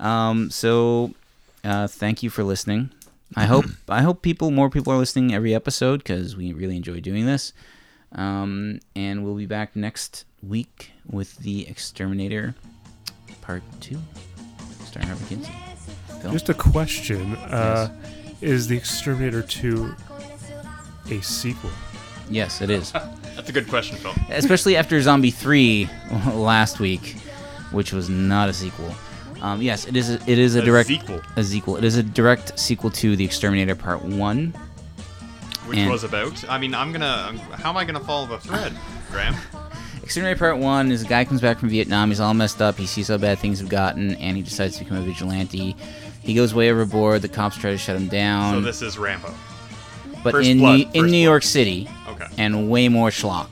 Um, so uh, thank you for listening. I hope I hope people more people are listening every episode because we really enjoy doing this. Um, and we'll be back next week with the Exterminator Part Two, starring Robert Ginty.
Just a question: uh, Is the Exterminator Two a sequel?
Yes, it is.
That's a good question, Phil.
especially after Zombie 3 last week, which was not a sequel. Um, yes, it is. A, it is a,
A
direct
sequel.
A sequel. It is a direct sequel to The Exterminator Part One.
Which
And-
was about. I mean, I'm gonna. I'm, how am I gonna follow the thread, Graham?
Exterminator Part One is a guy comes back from Vietnam. He's all messed up. He sees how bad things have gotten, and he decides to become a vigilante. He goes way overboard. The cops try to shut him down.
So this is Rambo.
but
First
in
Blood,
New,
First
in New
Blood.
York City,
Okay.
and way more schlock.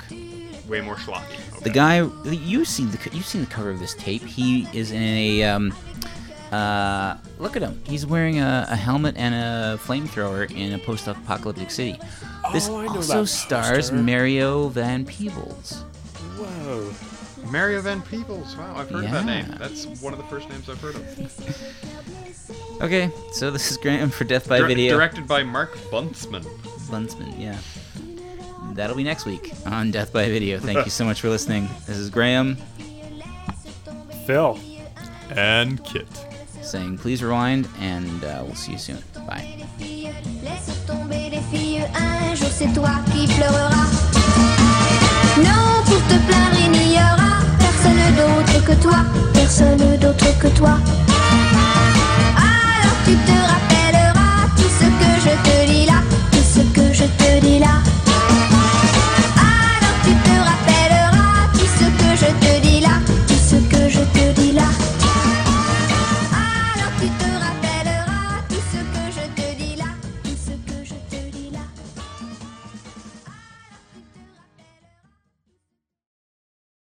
way more schlocky. Okay.
The guy you see the you seen the cover of this tape. He is in a um, uh, look at him. He's wearing a, a helmet and a flamethrower in a post-apocalyptic city. This
Oh, I know
also
that
stars
poster.
Mario Van Peebles.
Whoa.
Mario Van Peebles. Wow, I've heard of that
Yeah.
name. That's one of the first names I've heard of.
Okay, so this is Graham for Death by
Dir-
Video.
Directed by Mark Buntzman.
Lunsman, yeah. That'll be next week on Death by Video. Thank you so much for listening. This is Graham
Phil.
And Kit.
saying please rewind, and uh, we'll see you soon. Bye.
les filles, laisse tomber les filles, un jour c'est toi qui pleureras. Non, pour te plaindre, il n'y aura personne d'autre que toi, personne d'autre que toi.